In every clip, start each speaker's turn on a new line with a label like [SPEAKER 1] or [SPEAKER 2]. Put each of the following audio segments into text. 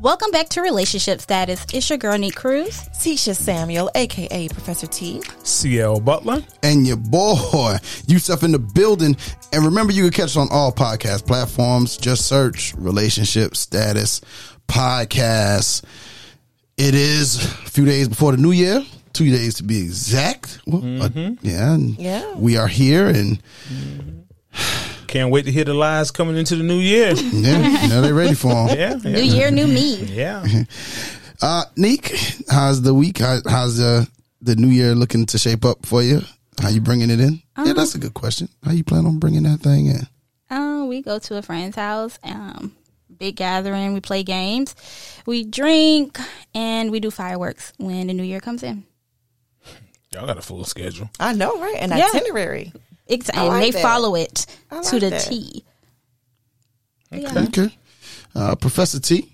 [SPEAKER 1] Welcome back to Relationship Status. It's your girl, Neat Cruz.
[SPEAKER 2] Tisha Samuel, aka Professor T.
[SPEAKER 3] CL Butler.
[SPEAKER 4] and your boy Yusuf in the building. And remember, you can catch us on all podcast platforms. Just search relationship status podcast. It is a few days before the new year, two days to be exact. Well, uh, yeah, and
[SPEAKER 2] Yeah.
[SPEAKER 4] we are here, and
[SPEAKER 3] Can't wait to hear the lies coming into the new year.
[SPEAKER 4] yeah, now they're ready for 'em.
[SPEAKER 3] Yeah.
[SPEAKER 1] New
[SPEAKER 3] Yeah.
[SPEAKER 1] year, new me.
[SPEAKER 3] yeah.
[SPEAKER 4] Uh, Neek, how's the week? How, how's the the new year looking to shape up for you? How you bringing it in? yeah, that's a good question. How you plan on bringing that thing in?
[SPEAKER 1] Um, we go to a friend's house, um, big gathering. We play games, we drink, and we do fireworks when the new year comes in.
[SPEAKER 3] Y'all got a full schedule.
[SPEAKER 2] I know, right? An
[SPEAKER 1] Yeah.
[SPEAKER 2] itinerary.
[SPEAKER 1] It's,
[SPEAKER 2] I
[SPEAKER 1] and
[SPEAKER 2] like
[SPEAKER 1] they
[SPEAKER 2] that.
[SPEAKER 1] follow it to
[SPEAKER 2] I like
[SPEAKER 1] the
[SPEAKER 2] that.
[SPEAKER 1] T. Yeah.
[SPEAKER 4] Okay, uh, Professor T.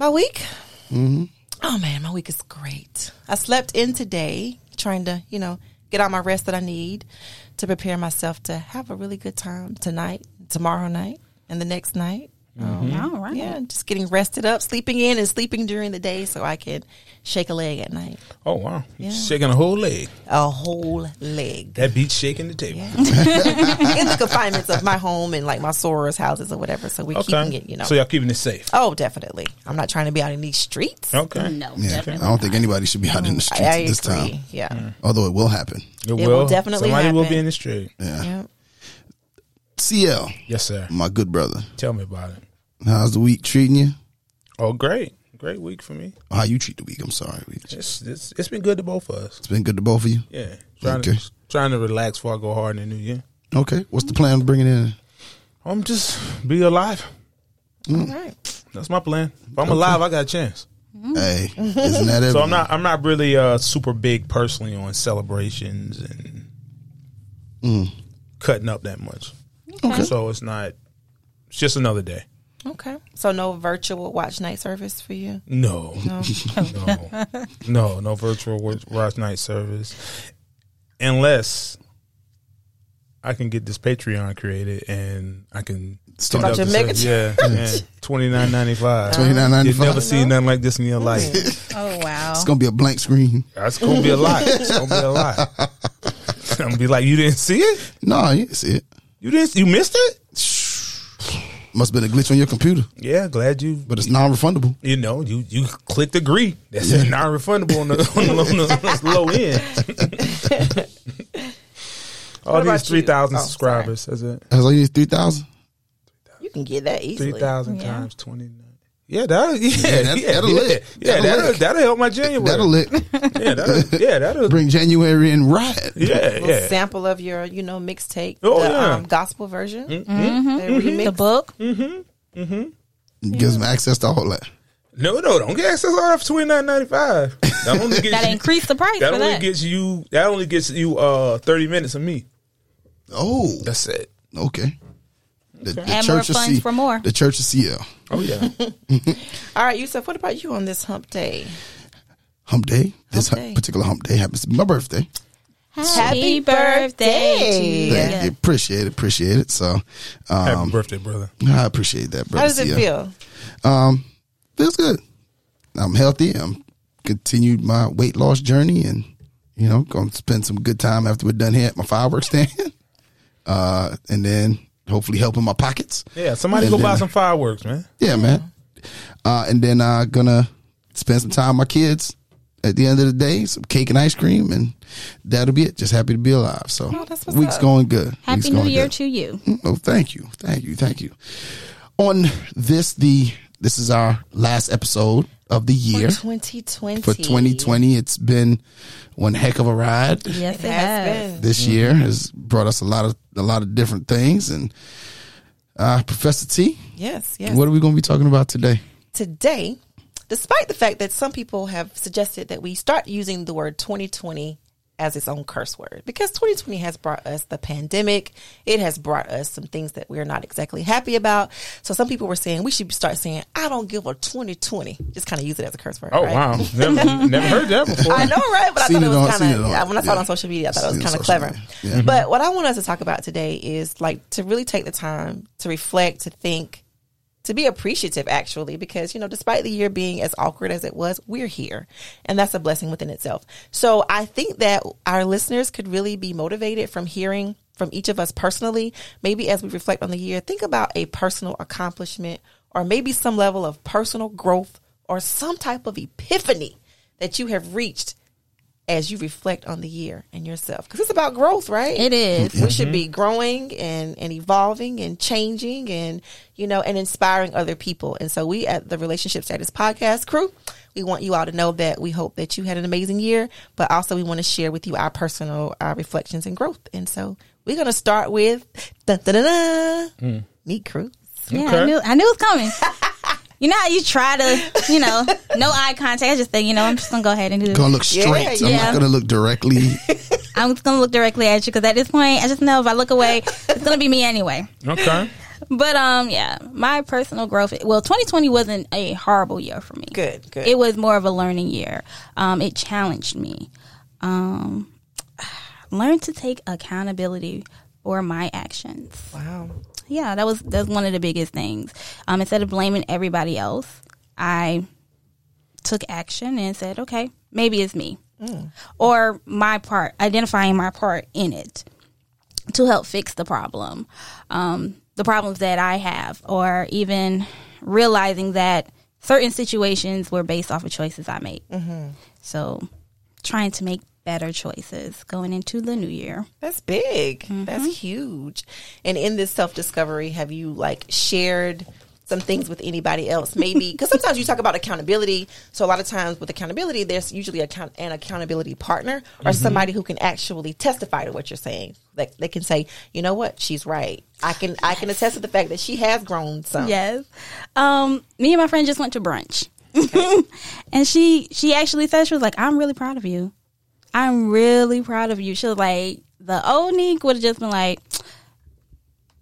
[SPEAKER 2] My week? Mm-hmm. Oh, man, my week is great. I slept in today, trying to, you know, get all my rest that I need to prepare myself to have a really good time tonight, tomorrow night, and the next night. Um,
[SPEAKER 1] All right.
[SPEAKER 2] Yeah, just getting rested up, sleeping in and sleeping during the day so I can shake a leg at night.
[SPEAKER 3] Oh wow. Shaking a whole leg.
[SPEAKER 2] A whole leg.
[SPEAKER 3] That beats shaking the table.
[SPEAKER 2] in the confinements of my home and like my sorors' houses or whatever. So we're keeping it, you know.
[SPEAKER 3] So y'all keeping it safe.
[SPEAKER 2] oh, definitely. I'm not trying to be out in these streets.
[SPEAKER 3] Okay.
[SPEAKER 1] No,
[SPEAKER 4] Yeah, I
[SPEAKER 1] definitely. Mm,
[SPEAKER 4] don't think anybody should be out in the
[SPEAKER 2] I,
[SPEAKER 4] streets
[SPEAKER 2] I
[SPEAKER 4] at this
[SPEAKER 2] agree.
[SPEAKER 4] time. Mm.
[SPEAKER 2] Yeah.
[SPEAKER 4] Although it will happen.
[SPEAKER 3] It
[SPEAKER 2] will definitely
[SPEAKER 3] Somebody will be
[SPEAKER 2] happen.
[SPEAKER 3] in the street.
[SPEAKER 2] yeah.
[SPEAKER 4] CL,
[SPEAKER 3] Yes, sir.
[SPEAKER 4] my good brother,
[SPEAKER 3] Tell me about it.
[SPEAKER 4] how's the week treating you?
[SPEAKER 3] Oh, great. Great week for me.
[SPEAKER 4] Or how you treat the week? I'm sorry, week. It's
[SPEAKER 3] It's it's, it's been good to both of us.
[SPEAKER 4] been good to both of you.
[SPEAKER 3] Yeah. Trying
[SPEAKER 4] Okay.
[SPEAKER 3] to trying to relax before I go hard in the new year.
[SPEAKER 4] Okay, what's
[SPEAKER 1] Mm.
[SPEAKER 4] the plan of bringing in?
[SPEAKER 3] I'm just be alive.
[SPEAKER 4] Mm.
[SPEAKER 2] All right.
[SPEAKER 3] That's my plan. If I'm alive, I got a chance.
[SPEAKER 1] Mm.
[SPEAKER 4] Hey, isn't that it?
[SPEAKER 3] So I'm not I'm not really uh, super big personally on celebrations and
[SPEAKER 4] Mm.
[SPEAKER 3] cutting up that much. So it's not. It's just another day.
[SPEAKER 2] Okay. So no virtual watch night service for you?
[SPEAKER 3] No, no, no, no virtual wa- watch night service, unless I can get this Patreon created and I can
[SPEAKER 4] Start
[SPEAKER 3] conduct
[SPEAKER 2] your
[SPEAKER 3] the
[SPEAKER 2] mega-
[SPEAKER 3] service. Yeah, yeah. twenty nine ninety five.
[SPEAKER 4] Twenty nine ninety
[SPEAKER 3] You've never
[SPEAKER 4] five.
[SPEAKER 3] seen nothing like this in your life.
[SPEAKER 1] Oh, wow.
[SPEAKER 4] It's gonna be a blank screen.
[SPEAKER 3] That's gonna be a lot. It's gonna be a lot. I'm gonna be like, you didn't see it?
[SPEAKER 4] No, you didn't see it.
[SPEAKER 3] You didn't? You missed it?
[SPEAKER 4] Must have been a glitch on your computer,
[SPEAKER 3] Yeah, glad you.
[SPEAKER 4] but it's non-refundable.
[SPEAKER 3] You know, you you clicked agree. That's said non-refundable on the, on the, on the low end. All
[SPEAKER 2] What about
[SPEAKER 3] these
[SPEAKER 2] you?
[SPEAKER 3] three thousand
[SPEAKER 2] Oh,
[SPEAKER 3] subscribers. That's it.
[SPEAKER 4] That's all you need three thousand.
[SPEAKER 2] You can get that easily.
[SPEAKER 3] Three thousand
[SPEAKER 1] Yeah.
[SPEAKER 3] times twenty nine. Yeah, that yeah, yeah,
[SPEAKER 4] that-
[SPEAKER 3] yeah,
[SPEAKER 4] that'll
[SPEAKER 3] yeah,
[SPEAKER 4] lick. That'll
[SPEAKER 3] that'll,
[SPEAKER 4] lick.
[SPEAKER 3] that'll help my January.
[SPEAKER 4] That'll lick.
[SPEAKER 3] yeah, that'll, yeah, that'll,
[SPEAKER 4] Bring January in right.
[SPEAKER 3] yeah,
[SPEAKER 2] Little
[SPEAKER 3] yeah.
[SPEAKER 2] sample of your, you know, mixtape,
[SPEAKER 3] Oh,
[SPEAKER 2] the
[SPEAKER 3] yeah.
[SPEAKER 2] um, gospel version,
[SPEAKER 4] Mm-hmm.
[SPEAKER 1] Mm-hmm.
[SPEAKER 2] the remix.
[SPEAKER 1] The book.
[SPEAKER 4] Gives them access to all that.
[SPEAKER 3] No, no, don't get access all for twenty nine ninety five. That only gets
[SPEAKER 1] That
[SPEAKER 3] you-
[SPEAKER 1] increased the price
[SPEAKER 3] That
[SPEAKER 1] for
[SPEAKER 3] only
[SPEAKER 1] that.
[SPEAKER 3] gets you. That only gets you uh thirty minutes of me.
[SPEAKER 4] Oh,
[SPEAKER 3] That's it.
[SPEAKER 4] okay. The, the
[SPEAKER 1] And more
[SPEAKER 4] church of
[SPEAKER 1] funds
[SPEAKER 4] C-
[SPEAKER 1] for more.
[SPEAKER 4] The church of CL.
[SPEAKER 3] Oh yeah.
[SPEAKER 2] All right, Yusuf, what about you on this hump day?
[SPEAKER 4] Hump day. This
[SPEAKER 2] Hump day.
[SPEAKER 4] particular hump day happens to be my birthday.
[SPEAKER 1] Happy birthday.
[SPEAKER 2] birthday.
[SPEAKER 4] Thank you. Appreciate it. Appreciate it. So
[SPEAKER 3] Happy
[SPEAKER 4] um,
[SPEAKER 3] birthday, brother.
[SPEAKER 4] I appreciate that, brother.
[SPEAKER 2] How does it
[SPEAKER 4] Yeah.
[SPEAKER 2] feel?
[SPEAKER 4] Um, feels good. I'm healthy. I'm continued my weight loss journey and, you know, going to spend some good time after we're done here at my fireworks stand. Uh, and then hopefully helping my pockets.
[SPEAKER 3] Yeah, somebody
[SPEAKER 4] And
[SPEAKER 3] go
[SPEAKER 4] then-
[SPEAKER 3] buy some fireworks, man.
[SPEAKER 4] Yeah, man. Uh, and then uh, gonna spend some time with my kids at the end of the day, some cake and ice cream, and that'll be it. Just happy to be alive. So
[SPEAKER 1] Oh,
[SPEAKER 2] that's what's
[SPEAKER 4] week's
[SPEAKER 2] up.
[SPEAKER 4] going good. Week's
[SPEAKER 1] Happy New
[SPEAKER 4] going
[SPEAKER 1] Year
[SPEAKER 4] good.
[SPEAKER 1] to you.
[SPEAKER 4] Oh, thank you, thank you, thank you. On this, the this is our last episode of the year for
[SPEAKER 2] 2020.
[SPEAKER 4] 2020. It's been one heck of a ride.
[SPEAKER 1] Yes,
[SPEAKER 2] It has been.
[SPEAKER 1] Mm-hmm.
[SPEAKER 4] This year has brought us a lot of a lot of different things. And uh, Professor T,
[SPEAKER 2] Yes, yes.
[SPEAKER 4] what are we going to be talking about today?
[SPEAKER 2] today, despite the fact that some people have suggested that we start using the word 2020 as its own curse word, because 2020 has brought us the pandemic. It has brought us some things that we're not exactly happy about. So some people were saying we should start saying, I don't give a 2020. Just kind of use it as a curse word.
[SPEAKER 3] Oh
[SPEAKER 2] right?
[SPEAKER 3] wow, never, never heard that before.
[SPEAKER 2] I know, right? But I
[SPEAKER 4] Seen
[SPEAKER 2] thought it
[SPEAKER 4] it
[SPEAKER 2] was
[SPEAKER 4] on-
[SPEAKER 2] kind
[SPEAKER 4] seen it
[SPEAKER 2] of
[SPEAKER 4] on-
[SPEAKER 2] yeah, when I saw it
[SPEAKER 4] yeah.
[SPEAKER 2] on social media, I thought
[SPEAKER 4] Seen
[SPEAKER 2] it
[SPEAKER 4] it
[SPEAKER 2] was kind
[SPEAKER 4] on
[SPEAKER 2] of
[SPEAKER 4] social
[SPEAKER 2] clever.
[SPEAKER 4] media. Yeah.
[SPEAKER 2] But what I want us to talk about today is like to really take the time to reflect, to think, to be appreciative actually because you know despite the year being as awkward as it was we're here and that's a blessing within itself so i think that our listeners could really be motivated from hearing from each of us personally maybe as we reflect on the year think about a personal accomplishment or maybe some level of personal growth or some type of epiphany that you have reached as you reflect on the year and yourself because it's about growth right
[SPEAKER 1] It is.
[SPEAKER 2] we should be growing and, and evolving and changing and you know and inspiring other people and so we at the relationship status podcast crew we want you all to know that we hope that you had an amazing year but also we want to share with you our personal uh, reflections and growth and so we're going to start with dun, dun, dun, dun, neat crew
[SPEAKER 1] Yeah,
[SPEAKER 3] Okay.
[SPEAKER 1] I knew I knew it was coming. you know how you try to, you know, no eye contact. I just think, you know, I'm just gonna go ahead and do this.
[SPEAKER 4] Gonna look straight. I'm
[SPEAKER 1] yeah.
[SPEAKER 4] not gonna look directly.
[SPEAKER 1] I'm just gonna look directly at you because at this point, I just know if I look away, it's gonna be me anyway.
[SPEAKER 3] Okay.
[SPEAKER 1] But um, yeah, my personal growth. Well, 2020 wasn't a horrible year for me.
[SPEAKER 2] Good, good.
[SPEAKER 1] It was more of a learning year. Um, it challenged me. Um, learn to take accountability for my actions.
[SPEAKER 2] wow
[SPEAKER 1] Yeah, that was that's one of the biggest things. Um, instead of blaming everybody else, I took action and said, "Okay, maybe it's me, or my part, identifying my part in it to help fix the problem, um, the problems that I have, or even realizing that certain situations were based off of choices I made. So, trying to make better choices going into the new year.
[SPEAKER 2] That's big. That's huge. And in this self discovery, have you like shared some things with anybody else? Maybe because sometimes you talk about accountability. So a lot of times with accountability, there's usually account- an accountability partner or somebody who can actually testify to what you're saying. Like they can say, you know what, she's right. I can I can attest to the fact that she has grown some.
[SPEAKER 1] Yes. Um, me and my friend just went to brunch. and she she actually said she was like, I'm really proud of you. I'm really proud of you. She was like, the old Nick would have just been like,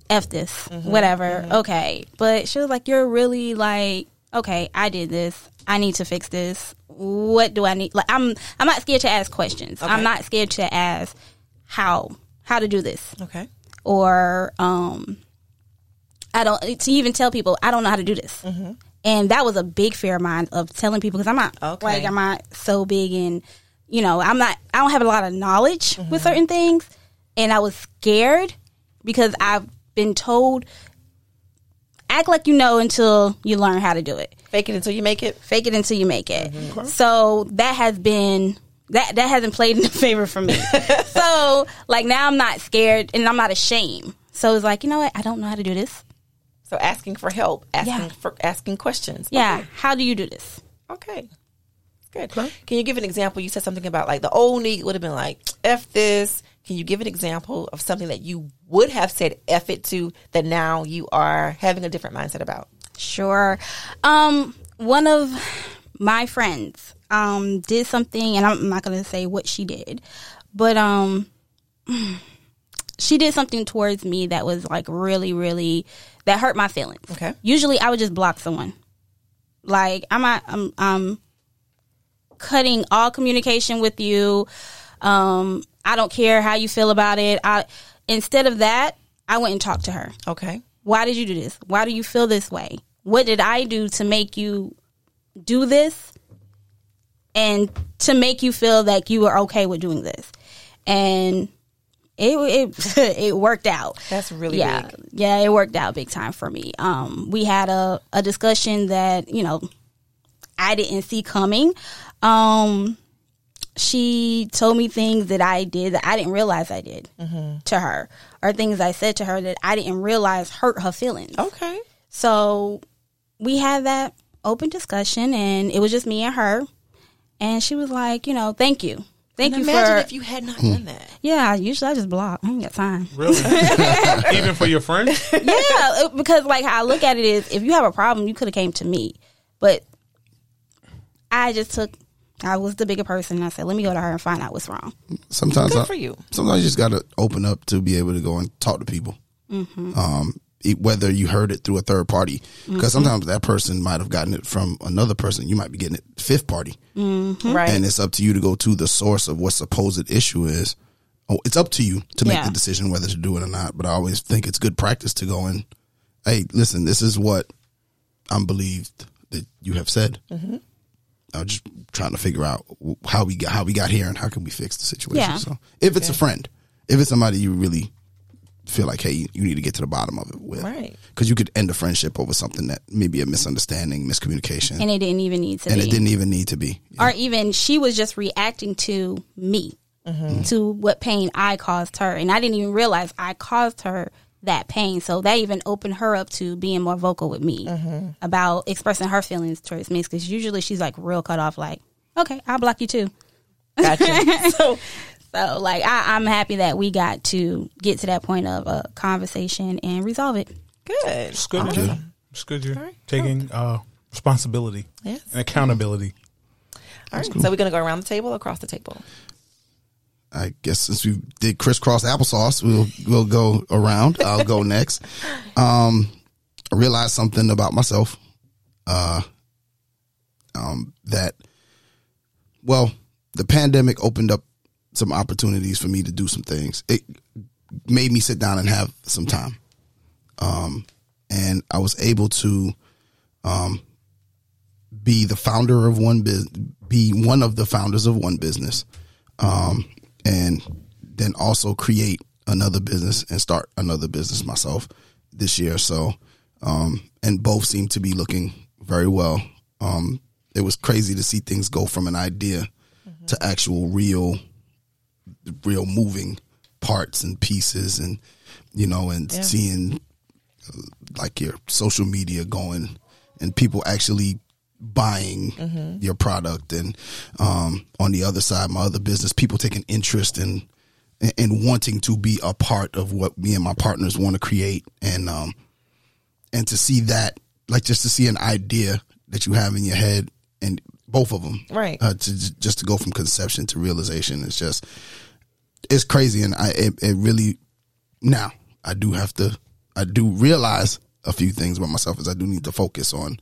[SPEAKER 1] F this. Whatever. Okay. But she was like, You're really like, okay, I did this. I need to fix this. What do I need like I'm I'm not scared to ask questions. I'm not scared to ask how how to do this
[SPEAKER 2] Okay.
[SPEAKER 1] or um, I don't to even tell people I don't know how to do this. And that was a big fear of mine of telling people because I'm not
[SPEAKER 2] Okay.
[SPEAKER 1] like I'm not so big and you know I'm not I don't have a lot of knowledge with certain things, and I was scared because I've been told act like you know until you learn how to do it
[SPEAKER 2] Fake it until you make it.
[SPEAKER 1] fake it until you make it. So that has been that that hasn't played in the favor for me. so like now I'm not scared and I'm not ashamed. So it's like you know what I don't know how to do this.
[SPEAKER 2] So asking for help, asking
[SPEAKER 1] Yeah.
[SPEAKER 2] for asking questions.
[SPEAKER 1] Yeah, how do you do this?
[SPEAKER 2] Okay. Good. Can you give an example? You said something about like the old Neek would have been like, F this. Can you give an example of something that you would have said F it to that now you are having a different mindset about?
[SPEAKER 1] Sure. Um, one of my friends um did something, and I'm not gonna say what she did, but um. She did something towards me that was like really, really that hurt my feelings.
[SPEAKER 2] Okay.
[SPEAKER 1] usually I would just block someone. Like I'm not, I'm, I'm cutting all communication with you. Um, I don't care how you feel about it. I instead of that, I went and talked to her.
[SPEAKER 2] Okay.
[SPEAKER 1] Why did you do this? Why do you feel this way? What did I do to make you do this? And to make you feel like you were okay with doing this, and it it, it worked out
[SPEAKER 2] That's really
[SPEAKER 1] yeah,
[SPEAKER 2] big.
[SPEAKER 1] yeah, it worked out big time for me. Um, we had a, a discussion that you know I didn't see coming. Um, she told me things that I did that I didn't realize I did
[SPEAKER 2] Mm-hmm.
[SPEAKER 1] to her, or things I said to her that I didn't realize hurt her feelings.
[SPEAKER 2] Okay.
[SPEAKER 1] So we had that open discussion, and it was just me and her, and she was like, you know, thank you, thank you
[SPEAKER 2] Imagine
[SPEAKER 1] for.
[SPEAKER 2] if you had not done that.
[SPEAKER 1] yeah, usually I just block. I ain't got time.
[SPEAKER 3] Really? Even for your friends?
[SPEAKER 1] yeah, it- because like how I look at it is, if you have a problem, you could have came to me, but I just took. I was the bigger person, and I said, "Let me go to her and find out what's wrong."
[SPEAKER 4] Sometimes
[SPEAKER 2] Good
[SPEAKER 4] I-
[SPEAKER 2] for you.
[SPEAKER 4] Sometimes you just got to open up to be able to go and talk to people.
[SPEAKER 2] Mm-hmm.
[SPEAKER 4] Um, e- whether you heard it through a third party, because sometimes that person might have gotten it from another person. You might be getting it fifth party,
[SPEAKER 1] Uh, hmm.
[SPEAKER 2] Right.
[SPEAKER 4] and it's up to you to go to the source of what supposed issue is. Oh, it's up to you to make
[SPEAKER 1] Yeah.
[SPEAKER 4] the decision whether to do it or not. But I always think it's good practice to go and, hey, listen, this is what I'm believed that you have said.
[SPEAKER 1] Mm-hmm.
[SPEAKER 4] I'm just trying to figure out w- how we got, how we got here and how can we fix the situation.
[SPEAKER 1] Yeah.
[SPEAKER 4] So if it's a friend, if it's somebody you really feel like, hey, you, you need to get to the bottom of it with,
[SPEAKER 2] Right.
[SPEAKER 4] Because you could end a friendship over something that maybe a misunderstanding, miscommunication, and,
[SPEAKER 1] and it didn't even need to be.
[SPEAKER 4] it didn't even need to be.
[SPEAKER 1] or even she was just reacting to me to what pain I caused her and I didn't even realize I caused her that pain so that even opened her up to being more vocal with me about expressing her feelings towards me because usually she's like real cut off like okay I'll block you too
[SPEAKER 2] Gotcha. so
[SPEAKER 1] so like I, I'm happy that we got to get to that point of a conversation and resolve it
[SPEAKER 2] good.
[SPEAKER 3] It's good.
[SPEAKER 4] Awesome.
[SPEAKER 3] You're, it's good. You're
[SPEAKER 2] right,
[SPEAKER 3] taking uh, responsibility
[SPEAKER 2] Yes.
[SPEAKER 3] and accountability.
[SPEAKER 2] All right. So we're gonna go around the table, across the table.
[SPEAKER 4] I guess since we did crisscross applesauce, we'll we'll go around. I'll go next. Um, I realized something about myself. Uh, um, that well, the pandemic opened up some opportunities for me to do some things. It made me sit down and have some time. Um, and I was able to um, be the founder of one bus be one of the founders of one business um, and then also create another business and start another business myself this year. So, um, and both seem to be looking very well. Um, it was crazy to see things go from an idea to actual real, real moving parts and pieces, and you know, and seeing uh, like your social media going and people actually buying your product and um, on the other side my other business people taking interest in and wanting to be a part of what me and my partners want to create and um, and to see that like just to see an idea that you have in your head and both of them
[SPEAKER 2] Right.
[SPEAKER 4] uh, to j- just to go from conception to realization it's just it's crazy and i it, it really now i do have to i do realize a few things about myself is i do need to focus on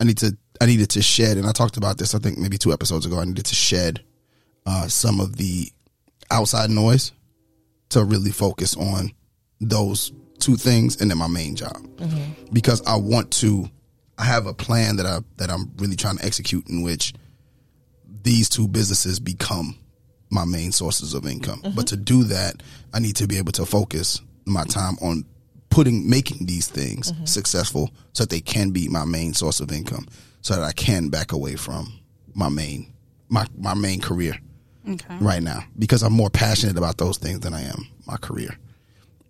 [SPEAKER 4] i need to i needed to shed and i talked about this i think maybe two episodes ago i needed to shed uh, some of the outside noise to really focus on those two things and then my main job because I want to I have a plan that I that I'm really trying to execute in which these two businesses become my main sources of income. But to do that, I need to be able to focus my time on putting making these things successful so that they can be my main source of income so that I can back away from my main my my main career
[SPEAKER 1] okay
[SPEAKER 4] right now because I'm more passionate about those things than I am my career.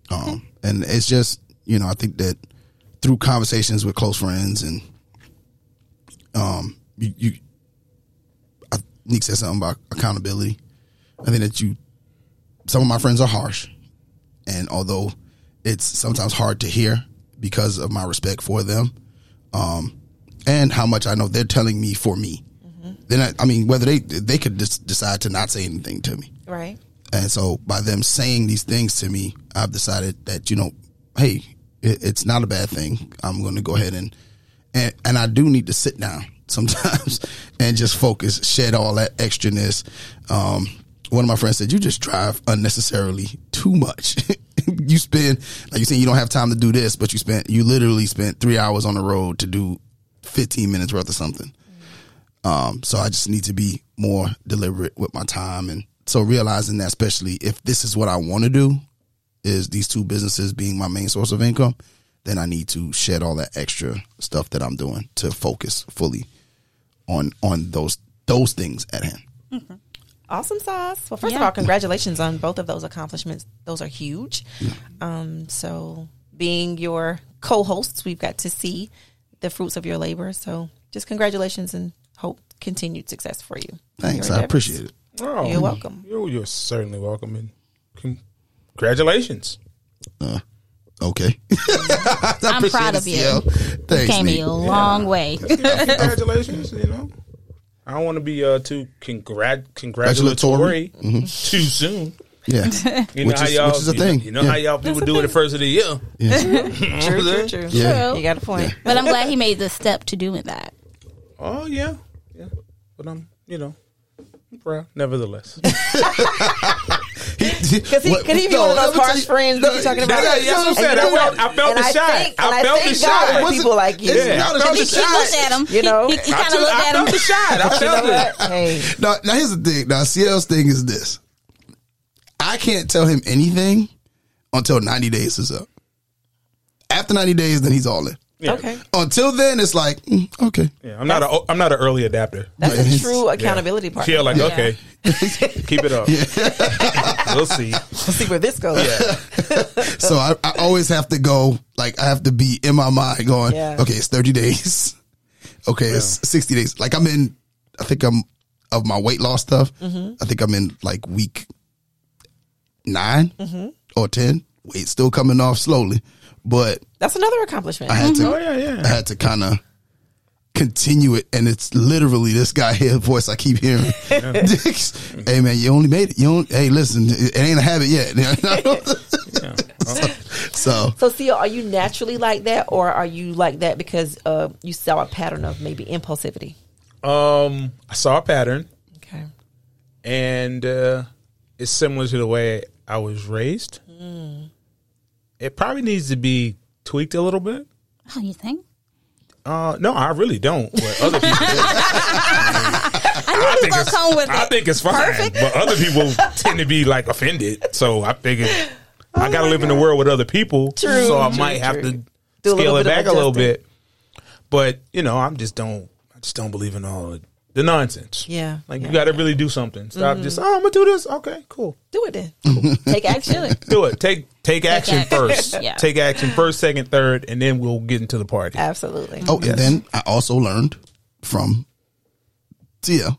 [SPEAKER 4] Um, and it's just, you know, I think that through conversations with close friends and, um, you, you I, Nick said something about accountability. I think that you, some of my friends are harsh. And although it's sometimes hard to hear because of my respect for them, um, and how much I know they're telling me for me. Then I, I mean, whether they they could just decide to not say anything to me,
[SPEAKER 2] Right.
[SPEAKER 4] and so by them saying these things to me, I've decided that you know, hey, it, it's not a bad thing. I'm going to go ahead and and and I do need to sit down sometimes and just focus, shed all that extraness. Um, one of my friends said, "You just drive unnecessarily too much. you spend like you saying you don't have time to do this, but you spent you literally spent three hours on the road to do 15 minutes worth of something." Um, so I just need to be more deliberate with my time. And so realizing that, especially if this is what I want to do, is these two businesses being my main source of income, then I need to shed all that extra stuff that I'm doing to focus fully on on those those things at hand.
[SPEAKER 2] Awesome sauce. Well, first of
[SPEAKER 1] Yeah.
[SPEAKER 2] all, congratulations on both of those accomplishments. Those are huge. Um, so being your co-hosts, we've got to see the fruits of your labor. So just congratulations and hope continued success for you.
[SPEAKER 4] Thanks,
[SPEAKER 2] Your
[SPEAKER 4] I
[SPEAKER 2] endeavors.
[SPEAKER 4] appreciate it.
[SPEAKER 3] Oh,
[SPEAKER 2] You're welcome.
[SPEAKER 3] You're, you're certainly welcome. And con- congratulations.
[SPEAKER 4] Uh, Okay, I
[SPEAKER 1] I'm
[SPEAKER 4] appreciate
[SPEAKER 1] proud
[SPEAKER 4] it,
[SPEAKER 1] of you.
[SPEAKER 4] CL. Thanks,
[SPEAKER 1] came
[SPEAKER 4] Nick.
[SPEAKER 1] a long way
[SPEAKER 3] Yeah, congratulations. you know, I don't want to be uh, too congrat-
[SPEAKER 4] Congratulatory.
[SPEAKER 3] congratulatory Mm-hmm. too soon.
[SPEAKER 4] Yeah,
[SPEAKER 3] You
[SPEAKER 4] which,
[SPEAKER 3] know how
[SPEAKER 4] is,
[SPEAKER 3] y'all,
[SPEAKER 4] which is a
[SPEAKER 3] you know-
[SPEAKER 4] thing.
[SPEAKER 3] You know
[SPEAKER 4] yeah.
[SPEAKER 3] how y'all people do it the first of the year.
[SPEAKER 2] True, true, true.
[SPEAKER 4] Yeah.
[SPEAKER 2] You got a point.
[SPEAKER 1] but I'm glad he made the step to doing that
[SPEAKER 3] Oh yeah,
[SPEAKER 2] um,
[SPEAKER 3] yeah. But I'm, you know, I'm proud. Nevertheless,
[SPEAKER 4] Because
[SPEAKER 2] he- 'cause he be one of those harsh friends that you talking about.
[SPEAKER 3] That- that's what I'm saying. I felt- I felt
[SPEAKER 2] And
[SPEAKER 3] the
[SPEAKER 2] I
[SPEAKER 3] shot.
[SPEAKER 2] think-
[SPEAKER 3] I
[SPEAKER 2] and I
[SPEAKER 3] felt the
[SPEAKER 2] thank
[SPEAKER 3] shot.
[SPEAKER 2] God for
[SPEAKER 3] Wasn't-
[SPEAKER 2] people like you.
[SPEAKER 3] Yeah.
[SPEAKER 4] Not a
[SPEAKER 3] Felt
[SPEAKER 1] He,
[SPEAKER 3] the
[SPEAKER 1] he looked
[SPEAKER 3] shot.
[SPEAKER 1] at him.
[SPEAKER 2] You know?
[SPEAKER 1] he, he
[SPEAKER 3] I
[SPEAKER 1] kind of
[SPEAKER 3] took-
[SPEAKER 1] looked
[SPEAKER 3] I
[SPEAKER 1] at
[SPEAKER 3] felt the
[SPEAKER 1] him.
[SPEAKER 3] shot. I
[SPEAKER 2] You know
[SPEAKER 3] felt it.
[SPEAKER 2] what? Hey,
[SPEAKER 4] Now, now here's the thing. Now CL's thing is this. I can't tell him anything until 90 days is up. After 90 days, then he's all in.
[SPEAKER 3] Yeah.
[SPEAKER 2] okay.
[SPEAKER 4] Until then, it's like, mm, okay.
[SPEAKER 3] Yeah, I'm not a I'm not an early adapter.
[SPEAKER 2] That's
[SPEAKER 4] Yes.
[SPEAKER 2] a true accountability partner.
[SPEAKER 3] Yeah, like okay, keep it up. we'll see.
[SPEAKER 2] Let's see where this goes.
[SPEAKER 4] So I, I always have to go, like, I have to be in my mind going,
[SPEAKER 2] Yeah.
[SPEAKER 4] okay, it's 30 days. Okay, it's 60 days. Like, I'm in, I think I'm, of my weight loss stuff, I think I'm in like week 9 or 10. Weight still coming off slowly, but
[SPEAKER 2] That's another accomplishment.
[SPEAKER 4] I had to
[SPEAKER 3] Oh yeah, yeah.
[SPEAKER 4] I had to kind of continue it, and it's literally this guy here voice I keep hearing. hey man, you only made it. You don't. Hey, listen, it ain't a habit yet.
[SPEAKER 3] Oh.
[SPEAKER 4] so
[SPEAKER 2] So, Sia, are you naturally like that, or are you like that because uh, you saw a pattern of maybe impulsivity?
[SPEAKER 3] Um, I saw a pattern,
[SPEAKER 2] Okay.
[SPEAKER 3] and uh, it's similar to the way I was raised.
[SPEAKER 2] Mm.
[SPEAKER 3] It probably needs to be tweaked a little bit.
[SPEAKER 1] Oh, you think?
[SPEAKER 3] Uh, no, I really don't. But other people, do.
[SPEAKER 1] I knew you was
[SPEAKER 3] think
[SPEAKER 1] gonna
[SPEAKER 3] it's-
[SPEAKER 1] come with
[SPEAKER 3] I
[SPEAKER 1] it.
[SPEAKER 3] think it's fine, but other people tend to be like offended. So I figured I got to live in the world with other people,
[SPEAKER 2] Oh True,
[SPEAKER 3] so I
[SPEAKER 2] true,
[SPEAKER 3] might have
[SPEAKER 2] true.
[SPEAKER 3] to
[SPEAKER 2] Do a little
[SPEAKER 3] scale it
[SPEAKER 2] bit of
[SPEAKER 3] back a little
[SPEAKER 2] adjusting.
[SPEAKER 3] bit. But you know, I'm just don't. I just don't believe in all of the nonsense.
[SPEAKER 2] Yeah,
[SPEAKER 3] like
[SPEAKER 2] yeah, Mm-hmm.
[SPEAKER 3] you got to really do something. Stop just. Oh, I'm gonna do this. Okay, cool.
[SPEAKER 2] Do it then. Take action.
[SPEAKER 3] Do it. Take take action
[SPEAKER 1] action.
[SPEAKER 3] first.
[SPEAKER 1] Yeah.
[SPEAKER 3] Take action first, second, third, and then we'll get into the party.
[SPEAKER 2] Uh, Absolutely.
[SPEAKER 4] oh, and then I also learned from Tia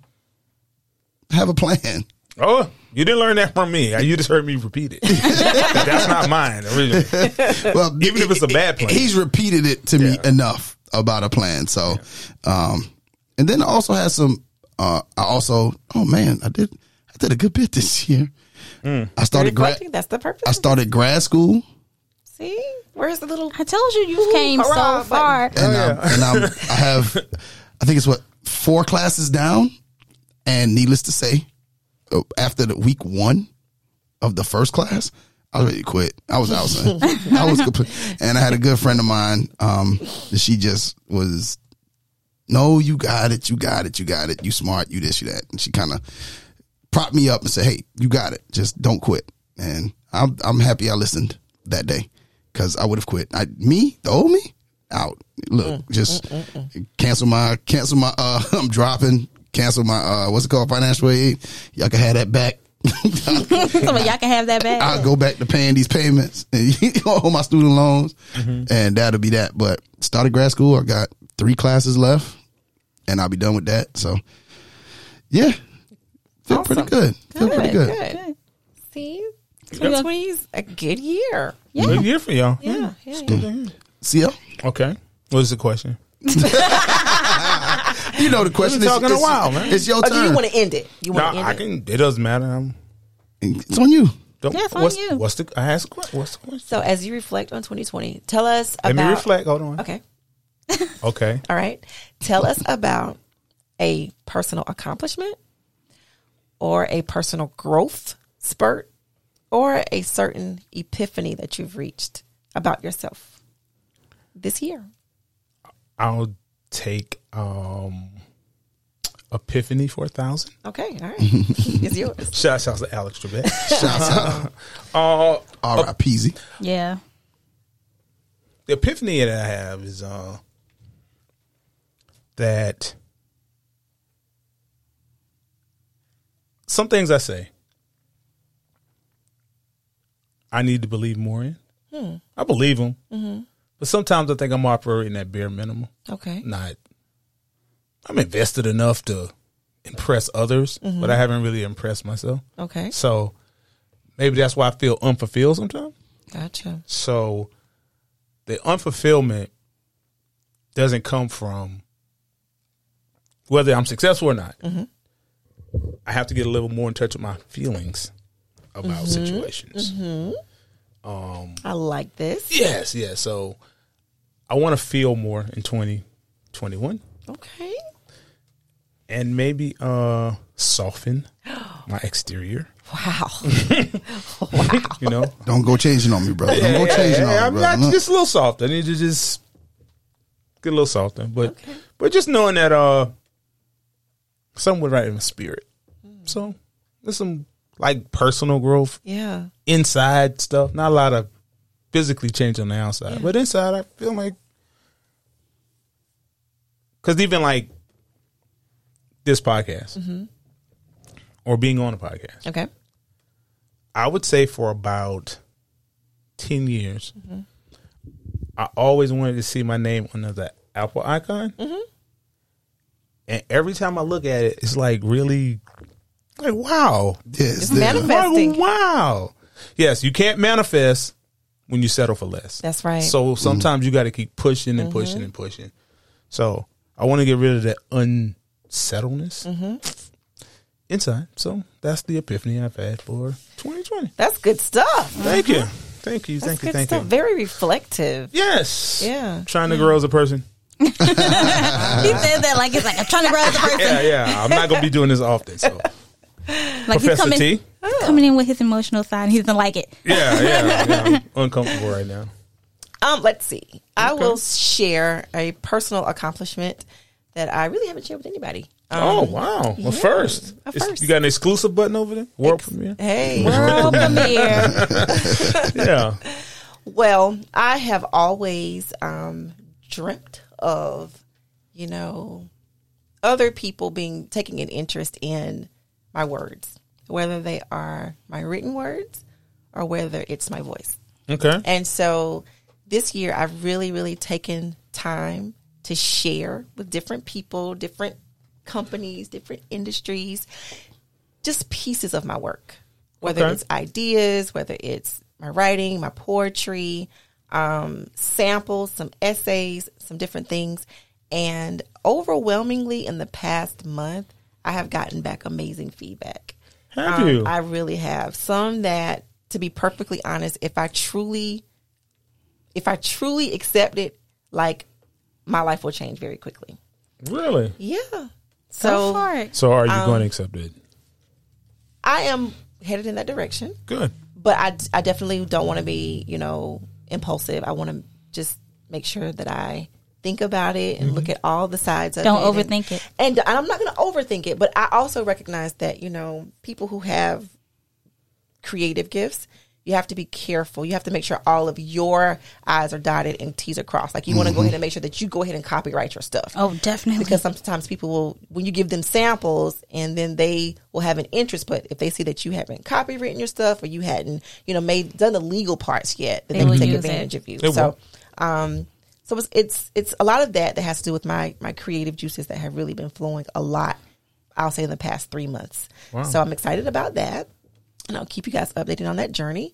[SPEAKER 4] have a plan.
[SPEAKER 3] Oh, you didn't learn that from me. You just heard me repeat it. That's not mine originally.
[SPEAKER 4] Well,
[SPEAKER 3] Uh, Even if it's a bad plan.
[SPEAKER 4] he's repeated it to me
[SPEAKER 3] Yeah.
[SPEAKER 4] enough about a plan. So, um, and then I also had some. Uh, I also, oh man, I did, I did a good bit this year.
[SPEAKER 3] Hmm.
[SPEAKER 4] I started grad.
[SPEAKER 2] Reflecting, that's the purpose.
[SPEAKER 4] I started grad school,
[SPEAKER 2] See, where's the little?
[SPEAKER 1] I told you you
[SPEAKER 2] Ooh,
[SPEAKER 1] came
[SPEAKER 2] hurrah,
[SPEAKER 1] so
[SPEAKER 2] button.
[SPEAKER 1] far.
[SPEAKER 4] and, I'm, and I'm, I have, I think it's what four classes down, and needless to say, uh, after the week one of the first class, I was ready to quit. I was out, son. I was complete. And I had a good friend of mine. Um, she just was, no, you got it, you got it, you got it, you smart, you this, you that, and she kind of propped me up and said, "Hey, you got it. Just don't quit." And I'm I'm happy I listened that day because I would have quit. I me the old me out. Look, just cancel my cancel my. uh I'm dropping. Cancel my uh what's it called financial aid. Y'all can have that back.
[SPEAKER 1] Somebody, y'all can have that back.
[SPEAKER 4] I'll go back to paying these payments and all my student loans, and that'll be that. But started grad school. I got three classes left, and I'll be done with that. So, yeah, feel pretty good. Feel pretty good.
[SPEAKER 2] See, twenty twenty is a good year.
[SPEAKER 3] Good year for y'all.
[SPEAKER 2] Yeah, yeah,
[SPEAKER 4] CL,
[SPEAKER 3] Okay. What is the question?
[SPEAKER 4] you know the question.
[SPEAKER 3] We've been talking
[SPEAKER 4] it's,
[SPEAKER 3] a while, man.
[SPEAKER 4] It's your
[SPEAKER 2] Oh, do
[SPEAKER 4] turn.
[SPEAKER 2] you want to end it? You
[SPEAKER 3] No,
[SPEAKER 2] want to end
[SPEAKER 3] I
[SPEAKER 2] it?
[SPEAKER 3] can. It doesn't matter. I'm.
[SPEAKER 4] it's on you.
[SPEAKER 3] Don't,
[SPEAKER 1] Yeah, it's on
[SPEAKER 3] what's,
[SPEAKER 1] you.
[SPEAKER 3] What's the? I asked. What, what's the question?
[SPEAKER 2] So, as you reflect on twenty twenty, tell us
[SPEAKER 3] Let
[SPEAKER 2] about.
[SPEAKER 3] me reflect. Hold on.
[SPEAKER 2] Okay.
[SPEAKER 3] Okay.
[SPEAKER 2] All right. Tell us about a personal accomplishment or a personal growth spurt or a certain epiphany that you've reached about yourself this year.
[SPEAKER 3] I'll take um Epiphany four thousand.
[SPEAKER 2] Okay. All right. it's yours.
[SPEAKER 3] Shout out to Alex Trebek.
[SPEAKER 4] Shouts out.
[SPEAKER 3] uh,
[SPEAKER 4] R.I.P. Z.
[SPEAKER 3] Oh.
[SPEAKER 1] yeah.
[SPEAKER 3] the epiphany that I have is uh that some things I say I need to believe more in. I believe them, but sometimes I think I'm operating at bare minimum.
[SPEAKER 2] Okay.
[SPEAKER 3] Not I'm invested enough to impress others, but I haven't really impressed myself.
[SPEAKER 2] Okay.
[SPEAKER 3] So maybe that's why I feel unfulfilled sometimes.
[SPEAKER 2] Gotcha.
[SPEAKER 3] So the unfulfillment doesn't come from whether I'm successful or not. I have to get a little more in touch with my feelings about situations.
[SPEAKER 2] I like this.
[SPEAKER 3] Yes, yes. So I want to feel more in 2021
[SPEAKER 2] Okay.
[SPEAKER 3] and maybe uh soften my exterior.
[SPEAKER 2] Wow. wow.
[SPEAKER 3] You know,
[SPEAKER 4] Don't go changing on me, brother. Don't go changing
[SPEAKER 3] Hey,
[SPEAKER 4] on
[SPEAKER 3] I'm
[SPEAKER 4] me,
[SPEAKER 3] not
[SPEAKER 4] brother. Look,
[SPEAKER 3] just a little softer. I need to just get a little softer, but but just knowing that uh, something would right in my spirit. So there's some like personal growth
[SPEAKER 2] Yeah.
[SPEAKER 3] inside stuff. Not a lot of physically change on the outside, but inside I feel like because even like this podcast or being on a podcast.
[SPEAKER 2] Okay.
[SPEAKER 3] I would say for about 10 years, I always wanted to see my name under the Apple icon.
[SPEAKER 2] Mm-hmm.
[SPEAKER 3] And every time I look at it, it's like really, like, wow.
[SPEAKER 4] yes,
[SPEAKER 2] It's
[SPEAKER 4] there.
[SPEAKER 2] manifest-
[SPEAKER 3] Wow,
[SPEAKER 2] Manifesting.
[SPEAKER 3] wow. Yes, you can't manifest when you settle for less.
[SPEAKER 2] That's right. Mm-hmm.
[SPEAKER 3] So sometimes you got to keep pushing and pushing and pushing. So I want to get rid of that unsettledness
[SPEAKER 2] Mm-hmm.
[SPEAKER 3] inside. So that's the epiphany I've had for 2020.
[SPEAKER 2] That's good stuff.
[SPEAKER 3] Thank you. Thank you.
[SPEAKER 2] Uh-huh. That's
[SPEAKER 3] Thank you.
[SPEAKER 2] good
[SPEAKER 3] Thank
[SPEAKER 2] stuff.
[SPEAKER 3] you.
[SPEAKER 2] Very reflective.
[SPEAKER 3] Yes.
[SPEAKER 2] Yeah.
[SPEAKER 3] Trying to grow as a person.
[SPEAKER 1] He said that like it's like I'm trying to grow as a person.
[SPEAKER 3] Yeah, yeah. I'm not going to be doing this often. So,
[SPEAKER 1] Like he's
[SPEAKER 3] Professor
[SPEAKER 1] coming,
[SPEAKER 3] T.
[SPEAKER 1] he's coming in with his emotional side. and He doesn't like it.
[SPEAKER 3] Yeah, yeah. yeah. I'm uncomfortable right now.
[SPEAKER 2] Um, let's see. I will share a personal accomplishment that I really haven't shared with anybody. Um,
[SPEAKER 3] oh, wow. Well, first,
[SPEAKER 2] a
[SPEAKER 3] it's-
[SPEAKER 2] first.
[SPEAKER 3] you got an exclusive button over there? World premiere?
[SPEAKER 2] Hey.
[SPEAKER 1] World premiere.
[SPEAKER 3] Yeah.
[SPEAKER 2] Well, I have always um, dreamt of, you know, other people being taking an interest in my words, whether they are my written words or whether it's my voice.
[SPEAKER 3] Okay.
[SPEAKER 2] And so this year, I've really, really taken time to share with different people, different companies, different industries, just pieces of my work, whether
[SPEAKER 3] Okay.
[SPEAKER 2] it's ideas, whether it's my writing, my poetry, um, samples, some essays, some different things. And overwhelmingly in the past month, I have gotten back amazing feedback.
[SPEAKER 3] Have you?
[SPEAKER 2] Um, I really have. Some that, to be perfectly honest, if I truly, if I truly accept it, like my life will change very quickly.
[SPEAKER 3] Really?
[SPEAKER 2] Yeah.
[SPEAKER 1] Go
[SPEAKER 2] So
[SPEAKER 1] for it.
[SPEAKER 3] So are you
[SPEAKER 2] Um,
[SPEAKER 3] going to accept it?
[SPEAKER 2] I am headed in that direction,
[SPEAKER 3] Good.
[SPEAKER 2] but I, I definitely don't want to be, you know, impulsive. I want to just make sure that I think about it and look at all the sides of
[SPEAKER 1] Don't
[SPEAKER 2] it and-
[SPEAKER 1] overthink it.
[SPEAKER 2] and I'm not going to overthink it, but I also recognize that you know people who have creative gifts, you have to be careful. You have to make sure all of your I's are dotted and T's are crossed. Like you want to go ahead and make sure that you go ahead and copyright your stuff.
[SPEAKER 1] Oh, definitely.
[SPEAKER 2] Because sometimes people will, when you give them samples, and then they will have an interest. But if they see that you haven't copywritten your stuff or you hadn't, you know, made done the legal parts yet, then
[SPEAKER 1] They
[SPEAKER 2] they, will
[SPEAKER 1] will
[SPEAKER 2] take
[SPEAKER 1] use
[SPEAKER 2] advantage
[SPEAKER 1] it.
[SPEAKER 2] of you.
[SPEAKER 3] They
[SPEAKER 2] so,
[SPEAKER 3] will.
[SPEAKER 2] um, so it's, it's it's a lot of that that has to do with my my creative juices that have really been flowing a lot. I'll say in the past three months. So I'm excited about that, and I'll keep you guys updated on that journey.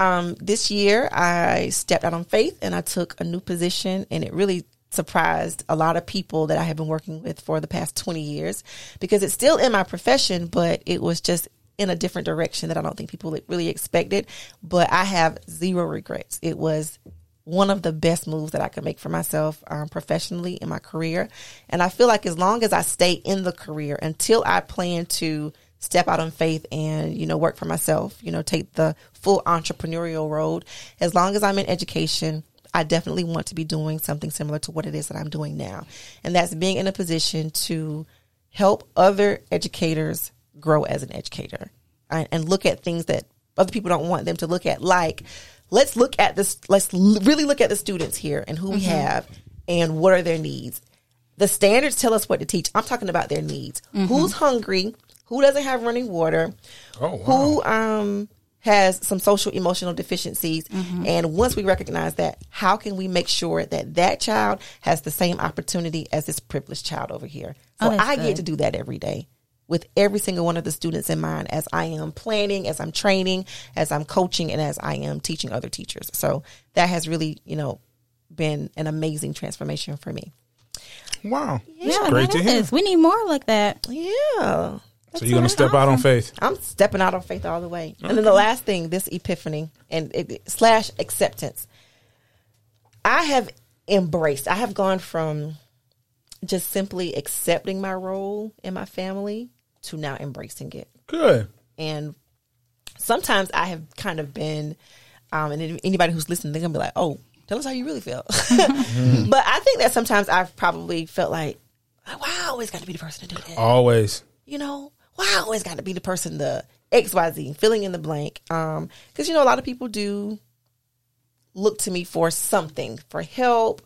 [SPEAKER 2] Um, this year, I stepped out on faith and I took a new position, and it really surprised a lot of people that I have been working with for the past 20 years because it's still in my profession, but it was just in a different direction that I don't think people really expected. But I have zero regrets. It was one of the best moves that I could make for myself um, professionally in my career. And I feel like as long as I stay in the career until I plan to step out on faith and, you know, work for myself, you know, take the full entrepreneurial road, as long as I'm in education, I definitely want to be doing something similar to what it is that I'm doing now. And that's being in a position to help other educators grow as an educator and, and look at things that other people don't want them to look at. Like, let's look at this, let's l- really look at the students here and who we have and what are their needs. The standards tell us what to teach. I'm talking about their needs. Who's hungry? Who doesn't have running water?
[SPEAKER 3] Oh, wow.
[SPEAKER 2] Who um, has some social emotional deficiencies?
[SPEAKER 1] Mm-hmm.
[SPEAKER 2] And once we recognize that, how can we make sure that that child has the same opportunity as this privileged child over here? So
[SPEAKER 1] Oh, that's
[SPEAKER 2] I get
[SPEAKER 1] good.
[SPEAKER 2] to do that every day with every single one of the students in mind as I am planning, as I'm training, as I'm coaching, and as I am teaching other teachers. So that has really, you know, been an amazing transformation for me.
[SPEAKER 3] Wow. That's
[SPEAKER 1] yeah,
[SPEAKER 3] great
[SPEAKER 1] that
[SPEAKER 3] to hear.
[SPEAKER 1] is. We need more like that.
[SPEAKER 2] Yeah.
[SPEAKER 3] So you're going to step out on faith.
[SPEAKER 2] I'm stepping out on faith all the way. And then the last thing, this epiphany and it, slash acceptance. I have embraced. I have gone from just simply accepting my role in my family to now embracing it.
[SPEAKER 3] Good.
[SPEAKER 2] And sometimes I have kind of been, um, and if anybody who's listening, they're gonna be like, "Oh, tell us how you really feel." But I think that sometimes I've probably felt like, "Wow, I always got to be the person to do that,"
[SPEAKER 3] Always.
[SPEAKER 2] you know. Wow, I always got to be the person to X, Y, Z, filling in the blank. Um, because you know, a lot of people do look to me for something, for help,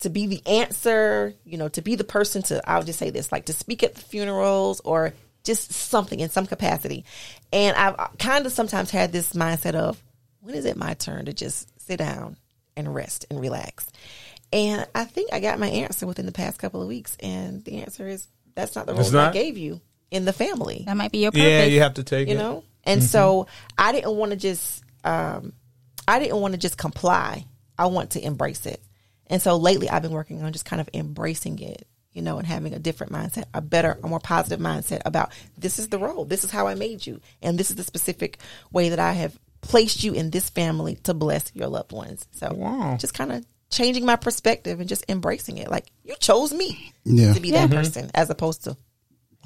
[SPEAKER 2] to be the answer, you know, to be the person to, I'll just say this, like to speak at the funerals or just something in some capacity. And I've kind of sometimes had this mindset of, when is it my turn to just sit down and rest and relax? And I think I got my answer within the past couple of weeks. And the answer is, that's not the
[SPEAKER 3] It's
[SPEAKER 2] role I
[SPEAKER 3] not?
[SPEAKER 2] gave you in the family
[SPEAKER 1] That might be your purpose.
[SPEAKER 3] Yeah, you have to take
[SPEAKER 2] you
[SPEAKER 3] it.
[SPEAKER 2] know and so i didn't want to just um i didn't want to just comply i want to embrace it and so lately i've been working on just kind of embracing it you know and having a different mindset a better a more positive mindset about this is the role this is how i made you and this is the specific way that i have placed you in this family to bless your loved ones so
[SPEAKER 3] Wow.
[SPEAKER 2] just kind of changing my perspective and just embracing it like you chose me
[SPEAKER 4] Yeah.
[SPEAKER 2] to be that person as opposed to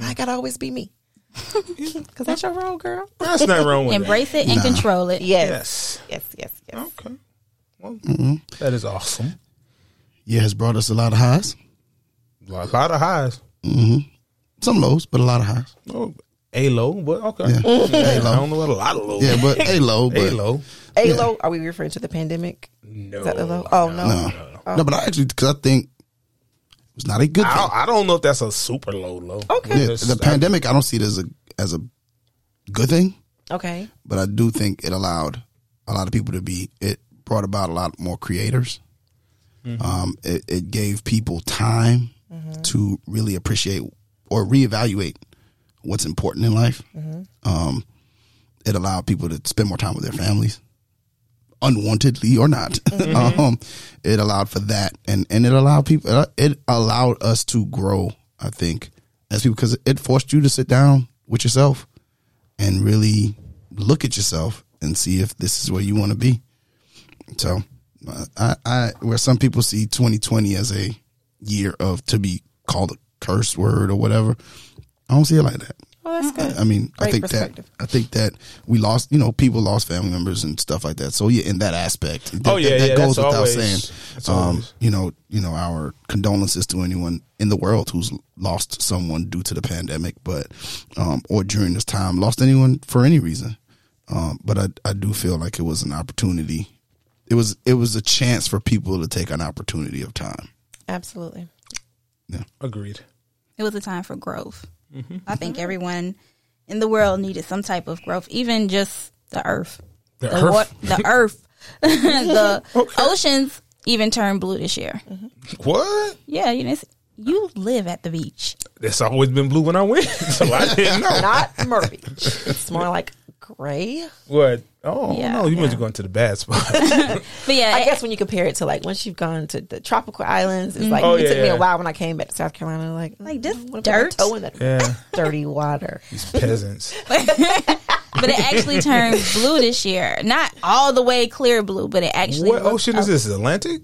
[SPEAKER 2] i gotta always be me because that's your role girl
[SPEAKER 3] That's nothing wrong with it.
[SPEAKER 1] Embrace it and control it.
[SPEAKER 2] Yes.
[SPEAKER 3] Yes.
[SPEAKER 2] Yes, yes, yes.
[SPEAKER 3] Okay. Well, that is awesome.
[SPEAKER 4] Yeah, has brought us a lot of highs,
[SPEAKER 3] A lot, lot of highs.
[SPEAKER 4] some lows, but a lot of highs.
[SPEAKER 3] Oh, a low, but okay.
[SPEAKER 4] Yeah.
[SPEAKER 3] I don't know what a lot of low.
[SPEAKER 4] Yeah, but a low, but
[SPEAKER 3] a low.
[SPEAKER 2] ALO, are we referring to the pandemic?
[SPEAKER 3] No.
[SPEAKER 2] Is that the low? Oh, no.
[SPEAKER 4] no, no. But I actually, because I think it's not a good
[SPEAKER 3] I
[SPEAKER 4] thing.
[SPEAKER 3] don't, I don't know if that's a super low low.
[SPEAKER 2] Okay.
[SPEAKER 4] Yeah,
[SPEAKER 3] It's-
[SPEAKER 4] the pandemic, I don't see it as a as a good thing,
[SPEAKER 2] Okay.
[SPEAKER 4] but I do think it allowed a lot of people to be. It brought about a lot more creators. Um, it, it gave people time to really appreciate or reevaluate what's important in life. Um, it allowed people to spend more time with their families, unwantedly or not. um, it allowed for that, and and it allowed people. It allowed us to grow. I think as people because it forced you to sit down with yourself and really look at yourself and see if this is where you want to be. So, uh, I, I where some people see 2020 as a year of to be called a curse word or whatever, I don't see it like that.
[SPEAKER 2] Well, that's good.
[SPEAKER 4] I mean, I
[SPEAKER 2] Great
[SPEAKER 4] think that
[SPEAKER 2] perspective.
[SPEAKER 4] I think that we lost, you know, people lost family members and stuff like that. So yeah, in that aspect, that,
[SPEAKER 3] Oh, yeah,
[SPEAKER 4] that, that
[SPEAKER 3] yeah,
[SPEAKER 4] goes
[SPEAKER 3] that's
[SPEAKER 4] without
[SPEAKER 3] always- that's
[SPEAKER 4] saying. Um,
[SPEAKER 3] always.
[SPEAKER 4] you know, you know, our condolences to anyone in the world who's lost someone due to the pandemic, but um, or during this time, lost anyone for any reason. Um, but I, I do feel like it was an opportunity. It was it was a chance for people to take an opportunity of time.
[SPEAKER 2] Absolutely.
[SPEAKER 3] Agreed.
[SPEAKER 1] It was a time for growth.
[SPEAKER 3] Mm-hmm.
[SPEAKER 1] I think everyone in the world needed some type of growth, even just the earth.
[SPEAKER 3] The earth?
[SPEAKER 1] wa- the earth. the oceans even turned blue this year.
[SPEAKER 3] What?
[SPEAKER 1] Yeah, you, didn't see- you live at the beach.
[SPEAKER 3] It's always been blue when I went. so I didn't know.
[SPEAKER 2] Not Murphy. It's more like gray.
[SPEAKER 3] What? Oh
[SPEAKER 1] Yeah,
[SPEAKER 3] no, you must
[SPEAKER 2] yeah.
[SPEAKER 3] have gone to the bad spot.
[SPEAKER 1] But yeah,
[SPEAKER 2] I guess when you compare it to like once you've gone to the tropical islands, it's like
[SPEAKER 3] Oh,
[SPEAKER 2] it took
[SPEAKER 3] yeah,
[SPEAKER 2] me
[SPEAKER 3] yeah.
[SPEAKER 2] a while when I came back to South Carolina. Like, "Mm,
[SPEAKER 1] Like, this
[SPEAKER 2] I wanna put my
[SPEAKER 1] dirt?
[SPEAKER 2] toe in that
[SPEAKER 3] yeah,
[SPEAKER 2] dirty water.
[SPEAKER 3] these peasants.
[SPEAKER 1] but it actually turned blue this year. Not all the way clear blue, but it actually.
[SPEAKER 3] what
[SPEAKER 1] was-
[SPEAKER 3] ocean is this? Atlantic?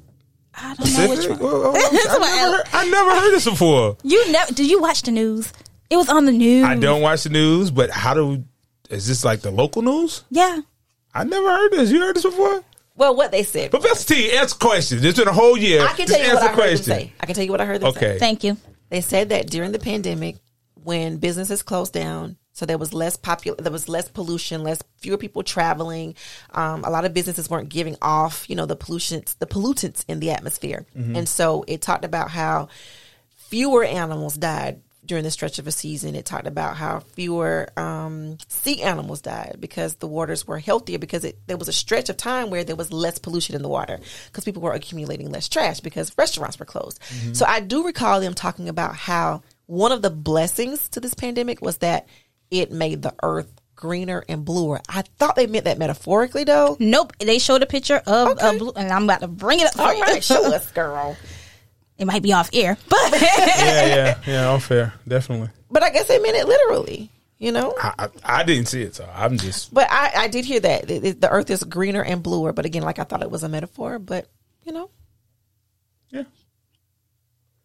[SPEAKER 1] I don't know which one.
[SPEAKER 3] Pacific? Well, oh,
[SPEAKER 1] That's
[SPEAKER 3] I,
[SPEAKER 1] what
[SPEAKER 3] never
[SPEAKER 1] I-
[SPEAKER 3] heard, I never heard this before.
[SPEAKER 1] You know? Did you watch the news? It was on the news.
[SPEAKER 3] I don't watch the news, but how do? Is this like the local news?
[SPEAKER 1] Yeah.
[SPEAKER 3] I never heard this. You heard this before?
[SPEAKER 2] Well, what they said.
[SPEAKER 3] Professor T, answer questions. It's been a whole year.
[SPEAKER 2] I can
[SPEAKER 3] Just
[SPEAKER 2] tell you what
[SPEAKER 3] answer
[SPEAKER 2] I heard them
[SPEAKER 3] questions.
[SPEAKER 2] say. I can tell you what I heard them say.
[SPEAKER 3] Okay.
[SPEAKER 1] Thank you.
[SPEAKER 2] They said that during the pandemic, when businesses closed down, so there was less popular, there was less pollution, less fewer people traveling. Um, a lot of businesses weren't giving off, you know, the pollutants, the pollutants in the atmosphere, and so it talked about how fewer animals died during the stretch of a season. It talked about how fewer um, sea animals died because the waters were healthier because it, there was a stretch of time where there was less pollution in the water because people were accumulating less trash because restaurants were closed. So I do recall them talking about how one of the blessings to this pandemic was that it made the earth greener and bluer. I thought they meant that metaphorically though.
[SPEAKER 1] Nope. They showed a picture of
[SPEAKER 2] Okay.
[SPEAKER 1] a blue, and I'm about to bring it up for
[SPEAKER 2] All
[SPEAKER 1] you.
[SPEAKER 2] right, show us, girl.
[SPEAKER 1] It might be off air, but
[SPEAKER 3] yeah, yeah, yeah. Unfair, definitely.
[SPEAKER 2] But I guess they meant it literally, you know?
[SPEAKER 3] I, I, I didn't see it, so I'm just.
[SPEAKER 2] But I, I did hear that the, the earth is greener and bluer. But again, like I thought it was a metaphor. But you know,
[SPEAKER 3] Yeah.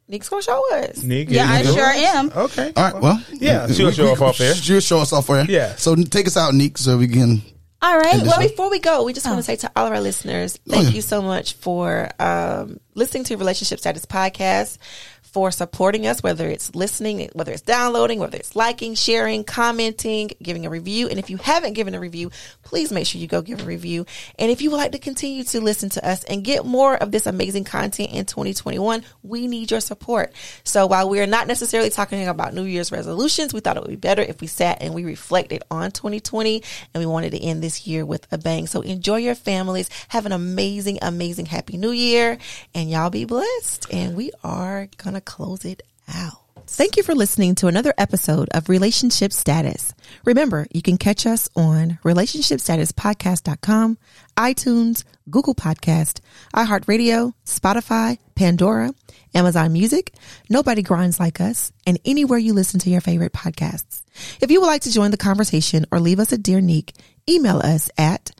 [SPEAKER 2] Nick's gonna show us.
[SPEAKER 3] Nigga,
[SPEAKER 1] Yeah, I
[SPEAKER 3] you know?
[SPEAKER 1] sure am.
[SPEAKER 3] Okay.
[SPEAKER 4] All right. Well,
[SPEAKER 3] Yeah, she'll
[SPEAKER 4] we-
[SPEAKER 3] show
[SPEAKER 4] we-
[SPEAKER 3] off off air.
[SPEAKER 4] She'll show us off air.
[SPEAKER 3] Yeah.
[SPEAKER 4] So take us out, Neek, so we can.
[SPEAKER 1] All right.
[SPEAKER 2] Well,
[SPEAKER 1] Well,
[SPEAKER 2] before we go, we just want to say to all of our listeners, thank
[SPEAKER 4] yeah.
[SPEAKER 2] you so much for um, listening to Relationship Status Podcast, for supporting us, whether it's listening, whether it's downloading, whether it's liking, sharing, commenting, giving a review. And if you haven't given a review, please make sure you go give a review. And if you would like to continue to listen to us and get more of this amazing content in 2021, we need your support. So while we are not necessarily talking about New Year's resolutions, we thought it would be better if we sat and we reflected on 2020 and we wanted to end this year with a bang. So enjoy your families. Have an amazing, amazing happy new year and y'all be blessed. And we are going to close it out. Thank you for listening to another episode of Relationship Status. Remember, you can catch us on relationshipstatuspodcast.com, iTunes, Google Podcast, iHeartRadio, Spotify, Pandora, Amazon Music, Nobody Grinds Like Us, and anywhere you listen to your favorite podcasts. If you would like to join the conversation or leave us a dear nick, email us at E